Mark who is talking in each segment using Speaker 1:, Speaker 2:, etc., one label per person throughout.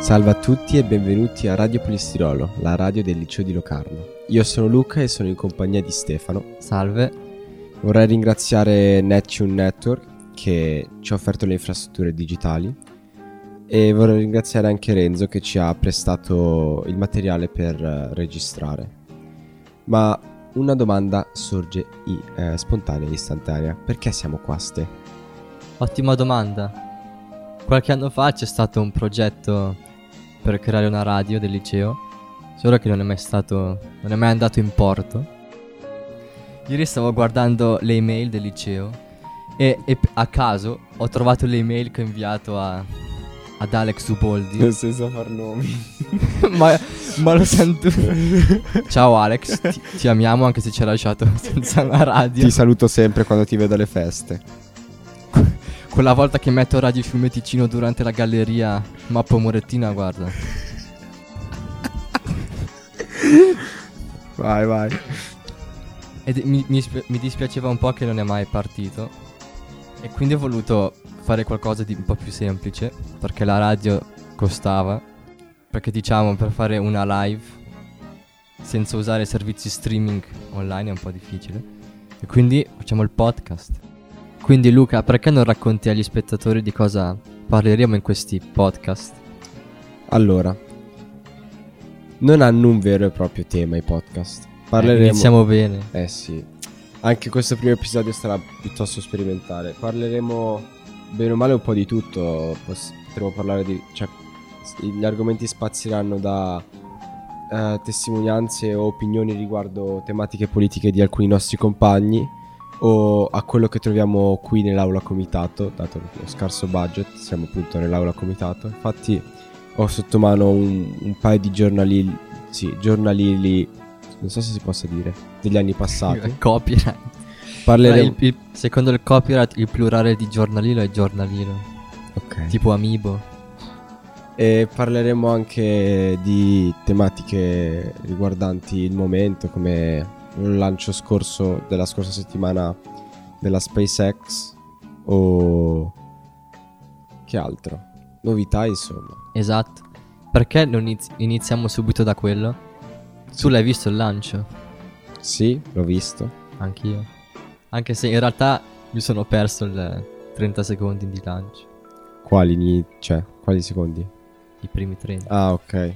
Speaker 1: Salve a tutti e benvenuti a Radio Polistirolo, la radio del liceo di Locarno. Io sono Luca e sono in compagnia di Stefano.
Speaker 2: Salve.
Speaker 1: Vorrei ringraziare Neptune Network che ci ha offerto le infrastrutture digitali e vorrei ringraziare anche Renzo che ci ha prestato il materiale per eh, registrare. Ma una domanda sorge i- eh, spontanea e istantanea. Perché siamo qua, Ste?
Speaker 2: Ottima domanda. Qualche anno fa c'è stato un progetto per creare una radio del liceo, solo che non è mai stato non è mai andato in porto. Ieri stavo guardando le email del liceo e, e p- a caso ho trovato le email che ho inviato a- ad Alex Uboldi.
Speaker 1: senza far nomi.
Speaker 2: ma, ma lo sento. Ciao Alex, ti, ti amiamo anche se ci hai lasciato senza la radio.
Speaker 1: Ti saluto sempre quando ti vedo alle feste.
Speaker 2: Quella volta che metto Radio Fiume Ticino durante la galleria Mappo Morettina, guarda.
Speaker 1: Vai, vai.
Speaker 2: Ed mi, mi spi- mi dispiaceva un po' che non è mai partito. E quindi ho voluto fare qualcosa di un po' più semplice, perché la radio costava. Perché diciamo, per fare una live senza usare servizi streaming online è un po' difficile. E quindi facciamo il podcast. Quindi Luca, perché non racconti agli spettatori di cosa parleremo in questi podcast? Eh,
Speaker 1: Allora, non hanno un vero e proprio tema i podcast. Parleremo.
Speaker 2: Eh, iniziamo bene.
Speaker 1: Eh sì. Anche questo primo episodio sarà piuttosto sperimentale. Parleremo bene o male un po' di tutto. Poss- potremo parlare di. cioè, s- gli argomenti spazieranno da eh, testimonianze o opinioni riguardo tematiche politiche di alcuni nostri compagni o a quello che troviamo qui nell'aula comitato, dato lo scarso budget, siamo appunto nell'aula comitato. Infatti ho sotto mano un, un paio di giornalili, sì, giornalili, non so se si possa dire, degli anni passati.
Speaker 2: Copyright.
Speaker 1: Esatto. Parleremo...
Speaker 2: ecco. Ma il- il- secondo il copyright il plurale di giornalino è giornalino,
Speaker 1: Ok.
Speaker 2: tipo amiibo.
Speaker 1: E parleremo anche di tematiche riguardanti il momento, come il lancio scorso della scorsa settimana della SpaceX o che altro? Novità, insomma.
Speaker 2: Esatto. Perché non iniz- iniziamo subito da quello? Tu l'hai visto il lancio?
Speaker 1: Sì, l'ho visto.
Speaker 2: Anch'io. Anche se in realtà mi sono perso il eh, 30 secondi di lancio,
Speaker 1: Quali, ni- cioè, quali secondi?
Speaker 2: i primi 30.
Speaker 1: Ah, ok.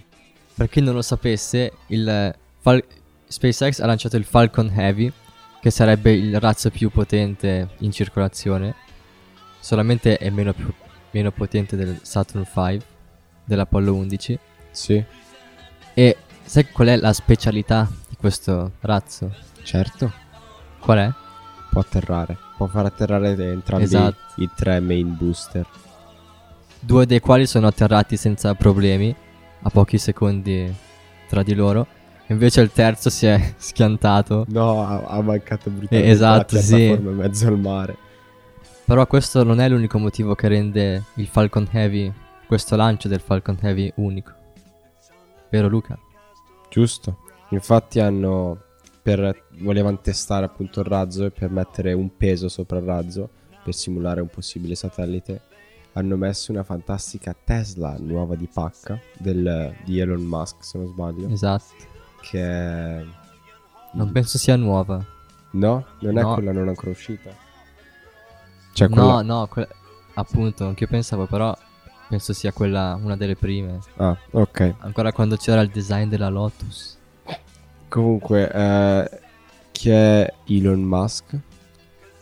Speaker 2: Per chi non lo sapesse, il eh, Fal- SpaceX ha lanciato il Falcon Heavy, che sarebbe il razzo più potente in circolazione, solamente è meno, più- meno potente del Saturn V, dell'Apollo 11.
Speaker 1: Sì,
Speaker 2: E sai qual è la specialità di questo razzo?
Speaker 1: certo.
Speaker 2: Qual è?
Speaker 1: Può atterrare. Può far atterrare entrambi
Speaker 2: Esatto.
Speaker 1: i tre main booster.
Speaker 2: Due dei quali sono atterrati senza problemi, a pochi secondi tra di loro. Invece il terzo si è schiantato
Speaker 1: No, ha, ha mancato brutalmente
Speaker 2: esatto,
Speaker 1: la
Speaker 2: sì.
Speaker 1: piattaforma in mezzo al mare.
Speaker 2: Però questo non è l'unico motivo che rende il Falcon Heavy, questo lancio del Falcon Heavy unico. Vero Luca?
Speaker 1: Giusto. Infatti hanno per volevano testare appunto il razzo e per mettere un peso sopra il razzo per simulare un possibile satellite hanno messo una fantastica Tesla nuova di pacca del- di Elon Musk, se non sbaglio,
Speaker 2: Esatto.
Speaker 1: che è-
Speaker 2: Non penso sia nuova.
Speaker 1: No, non è
Speaker 2: No.
Speaker 1: quella non ancora uscita. Cioè
Speaker 2: No,
Speaker 1: quella
Speaker 2: no, que- appunto, anche io pensavo, però penso sia quella una delle prime.
Speaker 1: Ah, ok.
Speaker 2: Ancora quando c'era il design della Lotus.
Speaker 1: Comunque eh, chi è Elon Musk?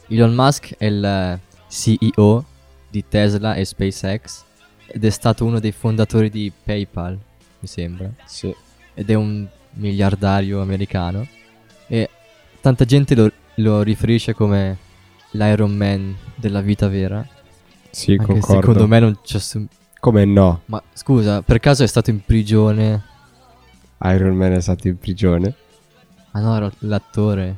Speaker 2: Elon Musk è il eh, CEO di Tesla e SpaceX ed è stato uno dei fondatori di PayPal, mi sembra.
Speaker 1: Sì.
Speaker 2: ed è un miliardario americano e tanta gente lo, lo riferisce come l'Iron Man della vita vera.
Speaker 1: Sì,
Speaker 2: Anche se
Speaker 1: concordo.
Speaker 2: secondo me non c'è assom-
Speaker 1: Come no?
Speaker 2: Ma scusa, per caso è stato in prigione?
Speaker 1: Iron Man è stato in prigione.
Speaker 2: Ah no, era l'attore.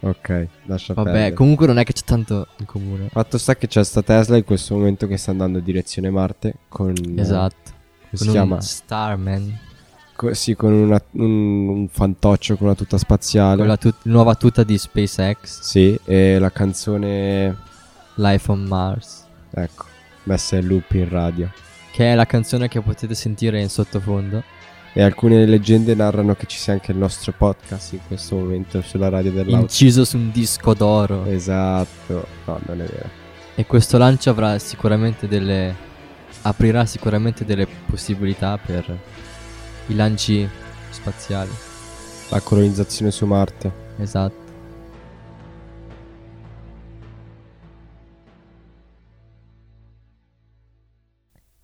Speaker 1: Ok, lascia
Speaker 2: Vabbè,
Speaker 1: perdere.
Speaker 2: comunque non è che c'è tanto in comune.
Speaker 1: Fatto sta che c'è sta Tesla in questo momento che sta andando in direzione Marte con
Speaker 2: Esatto.
Speaker 1: come si
Speaker 2: Con un
Speaker 1: chiama?
Speaker 2: Starman.
Speaker 1: Co- sì, con una- un, un fantoccio con una tuta spaziale.
Speaker 2: Con la tut- nuova tuta di SpaceX,
Speaker 1: Sì, e la canzone
Speaker 2: Life on Mars.
Speaker 1: ecco, messa in loop in radio.
Speaker 2: Che che è la canzone che potete sentire in sottofondo.
Speaker 1: E alcune leggende narrano che ci sia anche il nostro podcast in questo momento sulla radio dell'auto.
Speaker 2: Inciso su un disco d'oro.
Speaker 1: Esatto. No, non è vero.
Speaker 2: E questo lancio avrà sicuramente delle. aprirà sicuramente delle possibilità per i lanci spaziali.
Speaker 1: La colonizzazione su Marte.
Speaker 2: Esatto.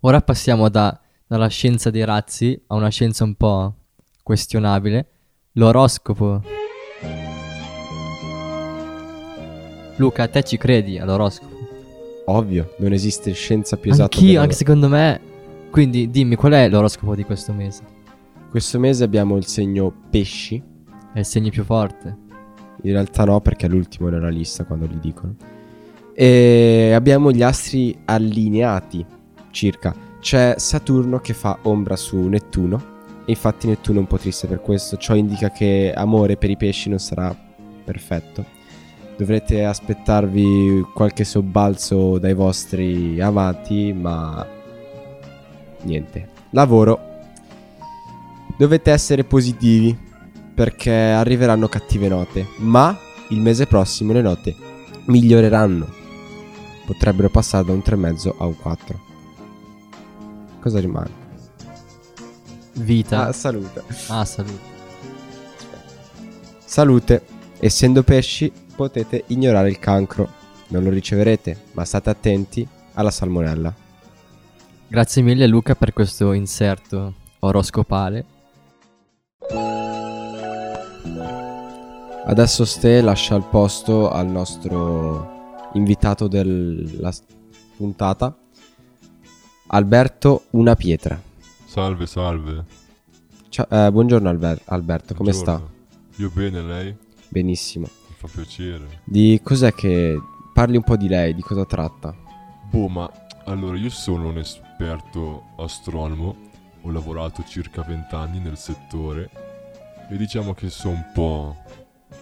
Speaker 2: Ora passiamo da- dalla scienza dei razzi a una scienza un po' questionabile, l'oroscopo. Luca, te ci credi all'oroscopo?
Speaker 1: Ovvio, non esiste scienza più esatto esatta.
Speaker 2: Anch'io,
Speaker 1: della-
Speaker 2: anche secondo me. Quindi dimmi qual è l'oroscopo di questo mese?
Speaker 1: Questo mese abbiamo il segno pesci.
Speaker 2: È il segno più forte.
Speaker 1: In realtà no, perché è l'ultimo nella lista quando li dicono. E abbiamo gli astri allineati circa. C'è Saturno che fa ombra su Nettuno. E infatti Nettuno è un po' triste per questo. Ciò indica che amore per i pesci non sarà perfetto. Dovrete aspettarvi qualche sobbalzo dai vostri amati, ma niente. Lavoro. Dovete essere positivi perché arriveranno cattive note, ma il mese prossimo le note miglioreranno. Potrebbero passare da un 3,5 a un 4. Cosa rimane?
Speaker 2: Vita.
Speaker 1: Ah, salute.
Speaker 2: Ah, salute.
Speaker 1: Salute. Essendo pesci, potete ignorare il cancro. Non lo riceverete, ma state attenti alla salmonella.
Speaker 2: Grazie mille Luca per questo inserto oroscopale.
Speaker 1: Adesso Ste lascia il posto al nostro invitato della s- puntata, Alberto Una Pietra.
Speaker 3: Salve, salve.
Speaker 1: Ciao- eh, buongiorno Alber- Alberto, come sta?
Speaker 3: Buongiorno. Io bene, lei? Mi
Speaker 1: Benissimo.
Speaker 3: fa piacere.
Speaker 1: Di cos'è che... Parli un po' di lei, di cosa tratta.
Speaker 3: Boh, ma allora io sono un esperto astronomo, ho lavorato circa 20 anni nel settore e diciamo che so un po'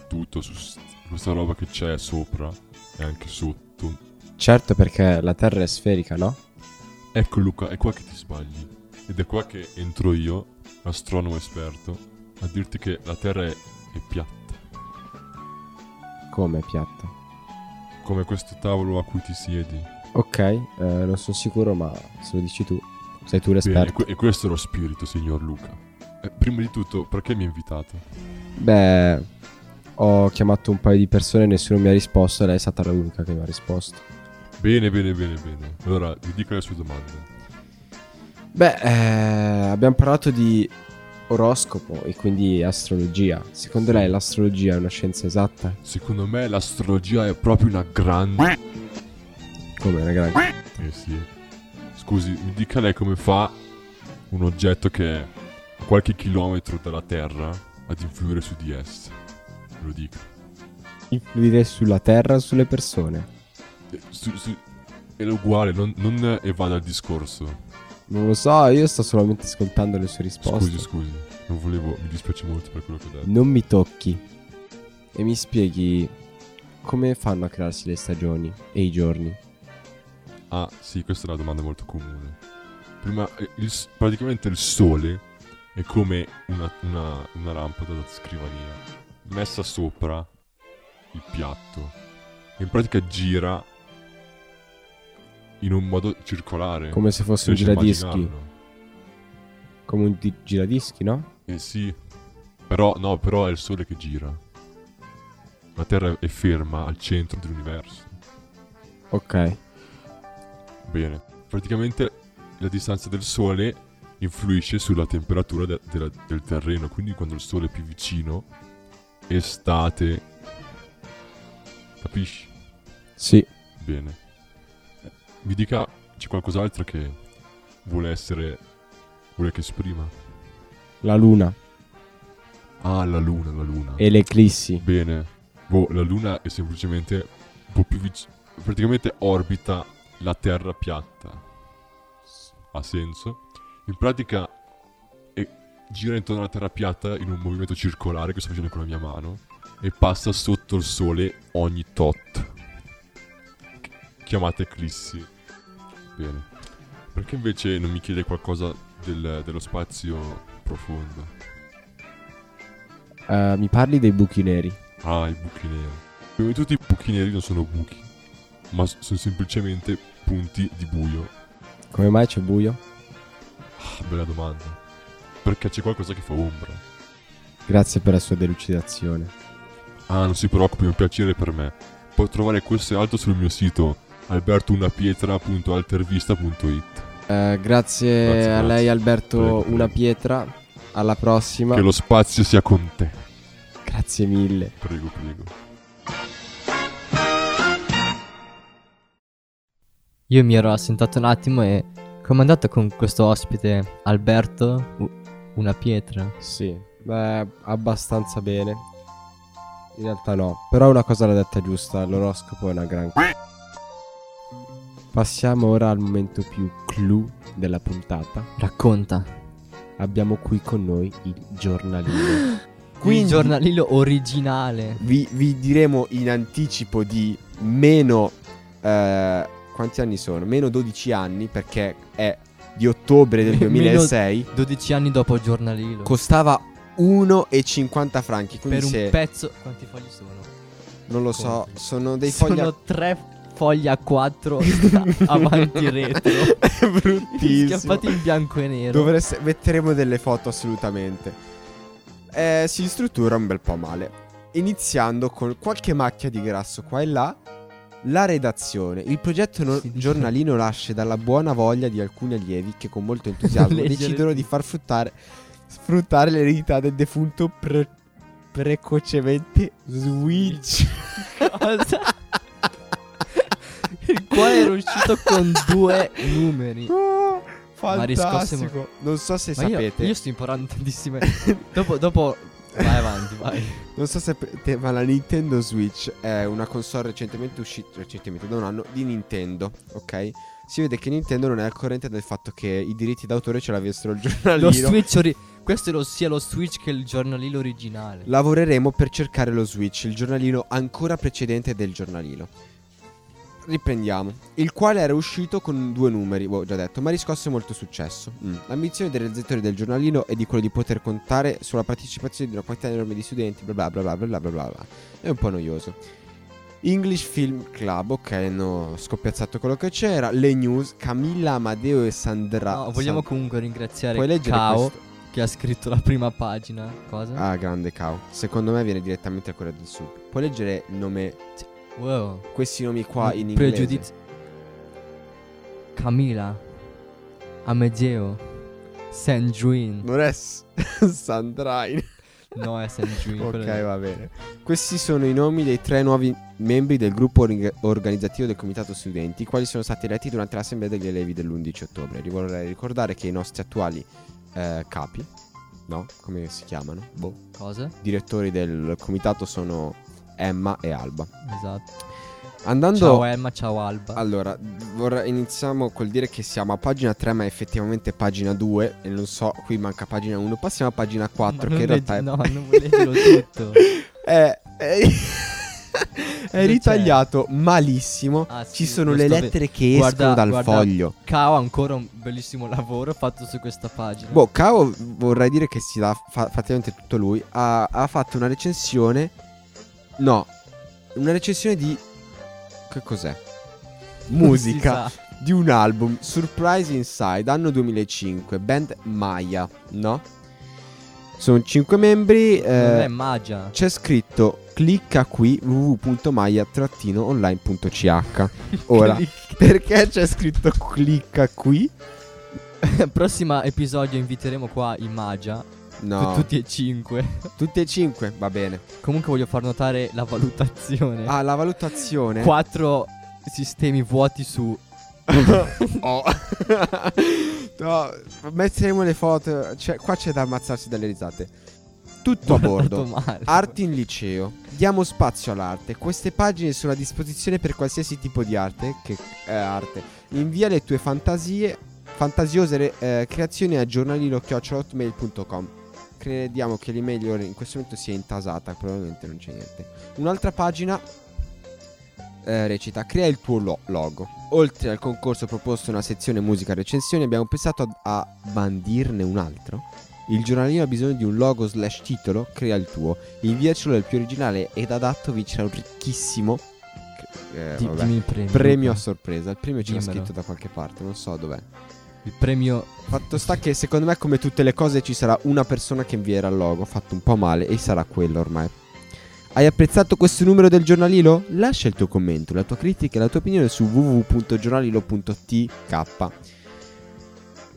Speaker 3: tutto su s- questa roba che c'è sopra e anche sotto.
Speaker 1: Certo perché la Terra è sferica, no?
Speaker 3: Ecco Luca, è qua che ti sbagli. Ed è qua che entro io, astronomo esperto, a dirti che la Terra è, è piatta,
Speaker 1: Come è piatta.
Speaker 3: come questo tavolo a cui ti siedi.
Speaker 1: Ok, eh, non sono sicuro ma se lo dici tu, sei tu
Speaker 3: Bene,
Speaker 1: l'esperto.
Speaker 3: que- e questo è lo spirito, signor Luca. Eh, prima di tutto, perché mi ha invitato?
Speaker 1: Beh, ho chiamato un paio di persone, nessuno mi ha risposto e lei è stata l'unica che mi ha risposto.
Speaker 3: Bene, bene, bene, bene. Allora, vi dica le sue domande.
Speaker 1: Beh, eh, abbiamo parlato di oroscopo e quindi astrologia. Secondo lei l'astrologia è una scienza esatta?
Speaker 3: Secondo me l'astrologia è proprio una grande...
Speaker 1: Come ragazzi?
Speaker 3: Eh sì. Scusi, mi dica lei come fa un oggetto che è a qualche chilometro dalla Terra ad influire su di essa. Ve Lo dico.
Speaker 1: Influire sulla Terra o sulle persone?
Speaker 3: Eh, su- su- È uguale, non, non evada il discorso.
Speaker 1: Non lo so, io sto solamente ascoltando le sue risposte.
Speaker 3: Scusi, scusi. Non volevo... Mi dispiace molto per quello che ho detto.
Speaker 1: Non mi tocchi. E mi spieghi come fanno a crearsi le stagioni e i giorni?
Speaker 3: Eh, Ah, sì, questa è una domanda molto comune. Prima, eh, il s- praticamente il sole è come una, una- una lampada da scrivania messa sopra il piatto. In pratica gira in un modo circolare.
Speaker 1: Come se fosse un
Speaker 3: Riesci a
Speaker 1: giradischi.
Speaker 3: immaginarlo?
Speaker 1: Come un di- giradischi, no?
Speaker 3: Eh sì, però, no, però è il sole che gira. La Terra è ferma al centro dell'universo.
Speaker 1: Ok.
Speaker 3: Bene, praticamente la distanza del sole influisce sulla temperatura de- della- del terreno, quindi quando il sole è più vicino, estate, capisci?
Speaker 1: Sì.
Speaker 3: Bene. Eh, Mi dica, c'è qualcos'altro che vuole essere, vuole che esprima?
Speaker 1: La luna
Speaker 3: Ah, la luna, la luna.
Speaker 1: e le eclissi.
Speaker 3: Bene, boh, la luna è semplicemente un po' più vicina, praticamente orbita la Terra piatta. ha senso. In pratica eh, gira intorno alla terra piatta in un movimento circolare che sto facendo con la mia mano e passa sotto il sole ogni tot. Chiamata eclissi. Bene. Perché invece non mi chiede qualcosa del- dello spazio profondo?
Speaker 4: Eh, mi parli dei buchi neri.
Speaker 3: Ah, i buchi neri. Prima di tutto i buchi neri non sono buchi, ma s- sono semplicemente punti di buio.
Speaker 4: Come mai c'è buio?
Speaker 3: Ah, bella domanda. Perché c'è qualcosa che fa ombra.
Speaker 4: Grazie per la sua delucidazione.
Speaker 3: Ah, non si preoccupi, è un piacere per me. Puoi trovare questo e altro sul mio sito albertunapietra.altervista.it
Speaker 4: Eh, grazie,
Speaker 3: Grazie,
Speaker 4: a lei
Speaker 3: grazie.
Speaker 4: Alberto
Speaker 3: Prego, prego.
Speaker 4: Una Pietra. Alla prossima.
Speaker 3: Che lo spazio sia con te.
Speaker 4: Grazie mille.
Speaker 3: Prego, prego.
Speaker 2: Io mi ero assentato un attimo e come è andato con questo ospite Alberto U- Una Pietra?
Speaker 4: Sì, beh, abbastanza bene. In realtà no, però una cosa l'ha detta giusta, l'oroscopo è una gran... c- Passiamo ora al momento più clou della puntata.
Speaker 2: Racconta.
Speaker 4: Abbiamo qui con noi il giornalino.
Speaker 2: Il giornalino originale.
Speaker 1: vi, vi diremo in anticipo di meno eh, quanti anni sono? Meno 12 anni perché è di ottobre del
Speaker 2: Meno-
Speaker 1: 2006
Speaker 2: 12 anni dopo il giornalino.
Speaker 1: costava 1,50 franchi quindi
Speaker 2: per un
Speaker 1: se
Speaker 2: pezzo. Quanti fogli sono?
Speaker 1: non lo so
Speaker 2: conti.
Speaker 1: sono dei fogli a-
Speaker 2: sono tre fogli a quattro sta- avanti retro.
Speaker 1: È bruttissimo
Speaker 2: Schiappati in bianco e nero.
Speaker 1: Dovreste- metteremo delle foto assolutamente Eh, si struttura un bel po' male iniziando con qualche macchia di grasso qua e là la redazione. Il progetto no-
Speaker 2: Si dice-
Speaker 1: giornalino nasce dalla buona voglia di alcuni allievi che con molto entusiasmo
Speaker 2: Leggere
Speaker 1: decidono di
Speaker 2: tutto.
Speaker 1: far fruttare, sfruttare l'eredità del defunto pre- precocemente Switch.
Speaker 2: Cosa? Il quale era uscito con due numeri.
Speaker 1: Oh,
Speaker 2: Ma riscosse
Speaker 1: Fantastico. Non so se
Speaker 2: Ma io-
Speaker 1: sapete.
Speaker 2: Io, sto imparando tantissime. dopo, dopo. Vai avanti, vai.
Speaker 1: Non so se sapete, ma la Nintendo Switch è una console recentemente uscita, recentemente da un anno, di Nintendo, ok? Si vede che Nintendo non è al corrente del fatto che i diritti d'autore ce l'avessero il giornalino.
Speaker 2: Lo Switch ori- Questo è lo, sia lo Switch che il giornalino originale.
Speaker 1: Lavoreremo per cercare lo Switch, il giornalino ancora precedente del giornalino. Riprendiamo. Il quale era uscito con due numeri, ho già detto, ma riscosse molto successo. Mm. L'ambizione del realizzatore del giornalino è di quello di poter contare sulla partecipazione di una quantità enorme di studenti, bla bla bla bla bla bla bla bla. bla. È un po' noioso. English Film Club, ok, hanno scoppiazzato quello che c'era. Le news, Camilla, Amadeo e Sandra.
Speaker 2: No, vogliamo
Speaker 1: San-
Speaker 2: comunque ringraziare
Speaker 1: Puoi leggere
Speaker 2: Cao
Speaker 1: questo?
Speaker 2: che ha scritto la prima pagina. Cosa?
Speaker 1: Ah, grande Cao. Secondo me viene direttamente da Corea del Sud. Puoi leggere il nome cioè,
Speaker 2: Wow.
Speaker 1: questi nomi
Speaker 2: Mm,
Speaker 1: qua in inglese.
Speaker 2: Pregiudizio. Camila. Amedeo. Sanjuin.
Speaker 1: Non è s- Sandrine.
Speaker 2: No, è Sanjuin. quello
Speaker 1: ok,
Speaker 2: lì.
Speaker 1: va bene. Questi sono i nomi dei tre nuovi membri del gruppo org- organizzativo del Comitato Studenti, i quali sono stati eletti durante l'assemblea degli allievi dell'11 ottobre. Vi vorrei ricordare che i nostri attuali eh, capi, no? Come si chiamano? Boh.
Speaker 2: Cosa?
Speaker 1: Direttori del comitato sono Emma e Alba.
Speaker 2: Esatto.
Speaker 1: Andando
Speaker 2: Ciao Emma, ciao Alba.
Speaker 1: Allora, vorrei- iniziamo col dire che siamo a pagina 3, ma effettivamente pagina 2. E non so, qui manca pagina 1. Passiamo a pagina 4,
Speaker 2: Ma
Speaker 1: che in
Speaker 2: non
Speaker 1: realtà
Speaker 2: leggi-
Speaker 1: è.
Speaker 2: no, non vuoi leggerlo tutto.
Speaker 1: è, è- è
Speaker 2: c'è?
Speaker 1: ritagliato malissimo.
Speaker 2: Ah,
Speaker 1: Ci
Speaker 2: sì,
Speaker 1: sono
Speaker 2: lo
Speaker 1: le
Speaker 2: sto ve-
Speaker 1: lettere che
Speaker 2: Guarda-
Speaker 1: escono dal
Speaker 2: guarda-
Speaker 1: foglio.
Speaker 2: Cao ha ancora un bellissimo lavoro fatto su questa pagina.
Speaker 1: Boh, Cao, vorrei dire che si dà fa- praticamente tutto lui. Ha, ha fatto una recensione. No, una recensione di. Che cos'è?
Speaker 2: Non si
Speaker 1: Musica.
Speaker 2: sa.
Speaker 1: di un album Surprise Inside anno 2005 band Maya no? sono 5 membri
Speaker 2: Non
Speaker 1: eh,
Speaker 2: è magia.
Speaker 1: c'è scritto clicca qui www.maya-online.ch ora perché c'è scritto clicca qui?
Speaker 2: Nel prossimo episodio inviteremo qua i magia.
Speaker 1: no
Speaker 2: Tutti e cinque.
Speaker 1: tutti e 5 va bene
Speaker 2: Comunque voglio far notare la valutazione.
Speaker 1: ah la valutazione
Speaker 2: Quattro sistemi vuoti su
Speaker 1: Oh. no, metteremo le foto cioè, qua c'è da ammazzarsi dalle risate tutto a bordo
Speaker 2: male.
Speaker 1: Arte in liceo. Diamo spazio all'arte. Queste pagine sono a disposizione per qualsiasi tipo di arte. Che è arte. Invia le tue fantasie, fantasiose re- eh, creazioni a giornalino.hotmail.com. Crediamo che l'email ora in questo momento sia intasata. Probabilmente non c'è niente. Un'altra pagina. eh, recita Crea il tuo lo- logo. Oltre al concorso proposto in una sezione musica recensioni, abbiamo pensato a, a bandirne un altro. Il giornalino ha bisogno di un logo slash titolo, crea il tuo. Inviacelo il più originale ed adatto vincerà un ricchissimo eh,
Speaker 2: Di-
Speaker 1: vabbè,
Speaker 2: dimmi il premio.
Speaker 1: premio a sorpresa. Il premio c'era
Speaker 2: Dimmelo.
Speaker 1: scritto da qualche parte, non so dov'è.
Speaker 2: Il premio
Speaker 1: Fatto sta che secondo me come tutte le cose ci sarà una persona che invierà il logo fatto un po' male e sarà quello ormai. Hai apprezzato questo numero del giornalilo? Lascia il tuo commento, la tua critica e la tua opinione su www.giornalilo.tk.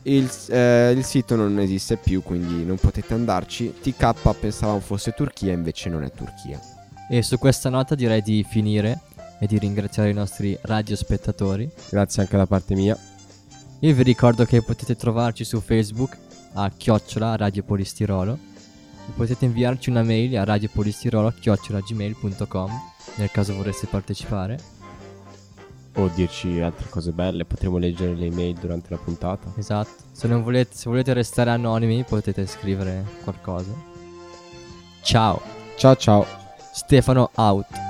Speaker 1: Il, eh, il sito non esiste più, quindi non potete andarci. TK pensavamo fosse Turchia, invece non è Turchia.
Speaker 2: E su questa nota direi di finire e di ringraziare i nostri radiospettatori.
Speaker 5: Grazie anche da parte mia.
Speaker 2: Io vi ricordo che potete trovarci su Facebook a chiocciola Radio Polistirolo. E Potete inviarci una mail a radiopolistirolo.gmail.com nel caso vorreste partecipare.
Speaker 5: O dirci altre cose belle, potremo leggere le email durante la puntata.
Speaker 2: Esatto. Se, non volete, se volete restare anonimi potete scrivere qualcosa. Ciao,
Speaker 5: Ciao ciao.
Speaker 2: Stefano out.